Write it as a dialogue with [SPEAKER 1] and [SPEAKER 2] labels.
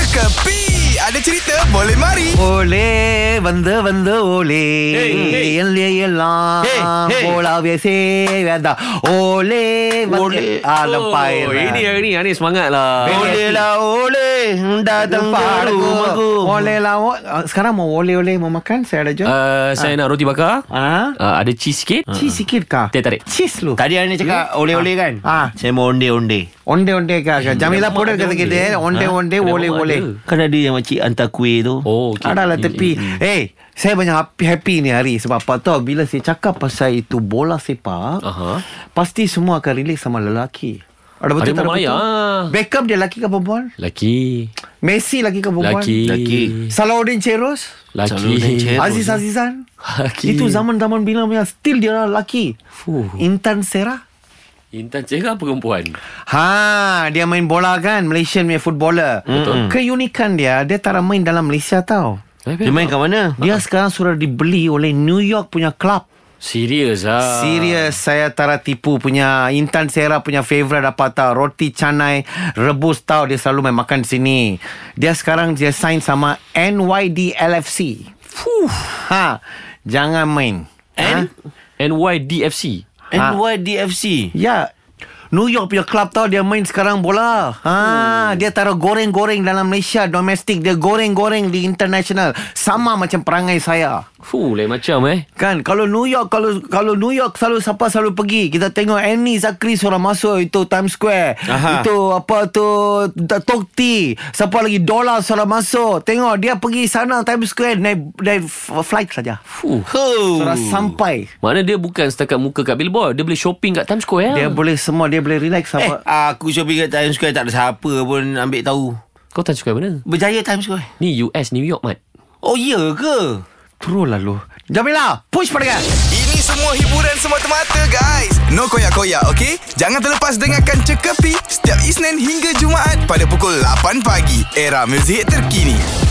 [SPEAKER 1] Kepi Ada cerita boleh mari
[SPEAKER 2] ஓலே வந்து வந்து ஓலே
[SPEAKER 3] Hey, hey.
[SPEAKER 2] எல்லே எல்லாம்
[SPEAKER 3] Hey, hey.
[SPEAKER 2] போலாவே சேவேதா ஓலே வந்து ஆ lepas
[SPEAKER 3] Oh,
[SPEAKER 2] lah.
[SPEAKER 3] ini hari ni Anis semangat lah.
[SPEAKER 4] Ah.
[SPEAKER 2] Very happy.
[SPEAKER 4] oleh
[SPEAKER 2] Datang padu Oleh lah o- ah, Sekarang mau oleh-oleh Mau makan Saya ada jual
[SPEAKER 3] Uh, saya nak roti bakar.
[SPEAKER 2] Ah,
[SPEAKER 3] Uh, ada cheese sikit. Ah.
[SPEAKER 2] Cheese sikit kah?
[SPEAKER 3] Teh tarik.
[SPEAKER 2] Cheese lu
[SPEAKER 4] Tadi Ani cakap oleh-oleh kan
[SPEAKER 2] Ah.
[SPEAKER 4] Saya mau ondeh-ondeh
[SPEAKER 2] Onde-onde kah kah? Jamila
[SPEAKER 3] Kenapa
[SPEAKER 2] pun
[SPEAKER 3] ada
[SPEAKER 2] kata-kata Onde-onde
[SPEAKER 3] Kenapa
[SPEAKER 2] Oleh-oleh
[SPEAKER 3] ada?
[SPEAKER 4] Kan ada yang makcik hantar kuih tu
[SPEAKER 3] Oh, okay.
[SPEAKER 2] Adalah tepi Eh hey, Saya banyak happy, happy ni hari Sebab apa tau Bila saya cakap pasal itu Bola sepak
[SPEAKER 3] Aha.
[SPEAKER 2] Pasti semua akan relate sama lelaki Ada Ah. betul
[SPEAKER 3] Harimau
[SPEAKER 2] tak ada
[SPEAKER 3] Malaya.
[SPEAKER 2] betul? Beckham dia lelaki ke perempuan?
[SPEAKER 3] Laki.
[SPEAKER 2] Messi lelaki ke perempuan?
[SPEAKER 3] Laki.
[SPEAKER 4] Laki.
[SPEAKER 2] Salahuddin Ceros?
[SPEAKER 4] Salahuddin
[SPEAKER 3] Laki.
[SPEAKER 4] Ceros.
[SPEAKER 2] Aziz Azizan?
[SPEAKER 3] Laki.
[SPEAKER 2] Itu zaman-zaman bila punya Still dia orang lelaki
[SPEAKER 3] Fuh.
[SPEAKER 2] Intan Serah?
[SPEAKER 3] Intan cakap perempuan.
[SPEAKER 2] Ha, dia main bola kan Malaysian punya footballer Betul Keunikan dia Dia tak ada main dalam Malaysia tau
[SPEAKER 4] Dia main kat mana?
[SPEAKER 2] Dia sekarang sudah dibeli oleh New York punya club
[SPEAKER 3] Serius ah.
[SPEAKER 2] Serius saya tara tipu punya Intan Sera punya favourite apa tau Roti canai Rebus tau Dia selalu main makan sini Dia sekarang dia sign sama NYDLFC Fuh. Ha Jangan main
[SPEAKER 4] N?
[SPEAKER 3] Eh?
[SPEAKER 2] ha?
[SPEAKER 3] NYDFC.
[SPEAKER 4] Ah. NYDFC
[SPEAKER 2] Ya New York punya club tau Dia main sekarang bola ha, Dia taruh goreng-goreng dalam Malaysia Domestik Dia goreng-goreng di international Sama macam perangai saya
[SPEAKER 3] Fuh, lain macam eh.
[SPEAKER 2] Kan kalau New York kalau kalau New York selalu siapa selalu pergi. Kita tengok Annie Zakri seorang masuk itu Times Square.
[SPEAKER 4] Aha.
[SPEAKER 2] Itu apa tu Da- Tok T. Siapa lagi Dollar seorang masuk. Tengok dia pergi sana Times Square naik naik f- flight saja.
[SPEAKER 3] Fuh.
[SPEAKER 4] Oh
[SPEAKER 2] Seorang sampai.
[SPEAKER 3] Mana dia bukan setakat muka kat billboard. Dia boleh shopping kat Times Square. eh.
[SPEAKER 2] Dia boleh semua dia boleh relax
[SPEAKER 4] Hmm. Eh,
[SPEAKER 2] apa.
[SPEAKER 4] aku shopping kat Times Square tak ada siapa pun ambil tahu.
[SPEAKER 3] Kau Times Square mana?
[SPEAKER 4] Berjaya Eh, Times Square.
[SPEAKER 3] Ni US, New York, Mat.
[SPEAKER 4] Oh, iya ke?
[SPEAKER 2] True lah lu. Jamila, push pada
[SPEAKER 1] Ini semua hiburan semata-mata guys No koyak-koyak ok Jangan terlepas dengarkan Cekapi Setiap Isnin hingga Jumaat Pada pukul 8 pagi Era muzik terkini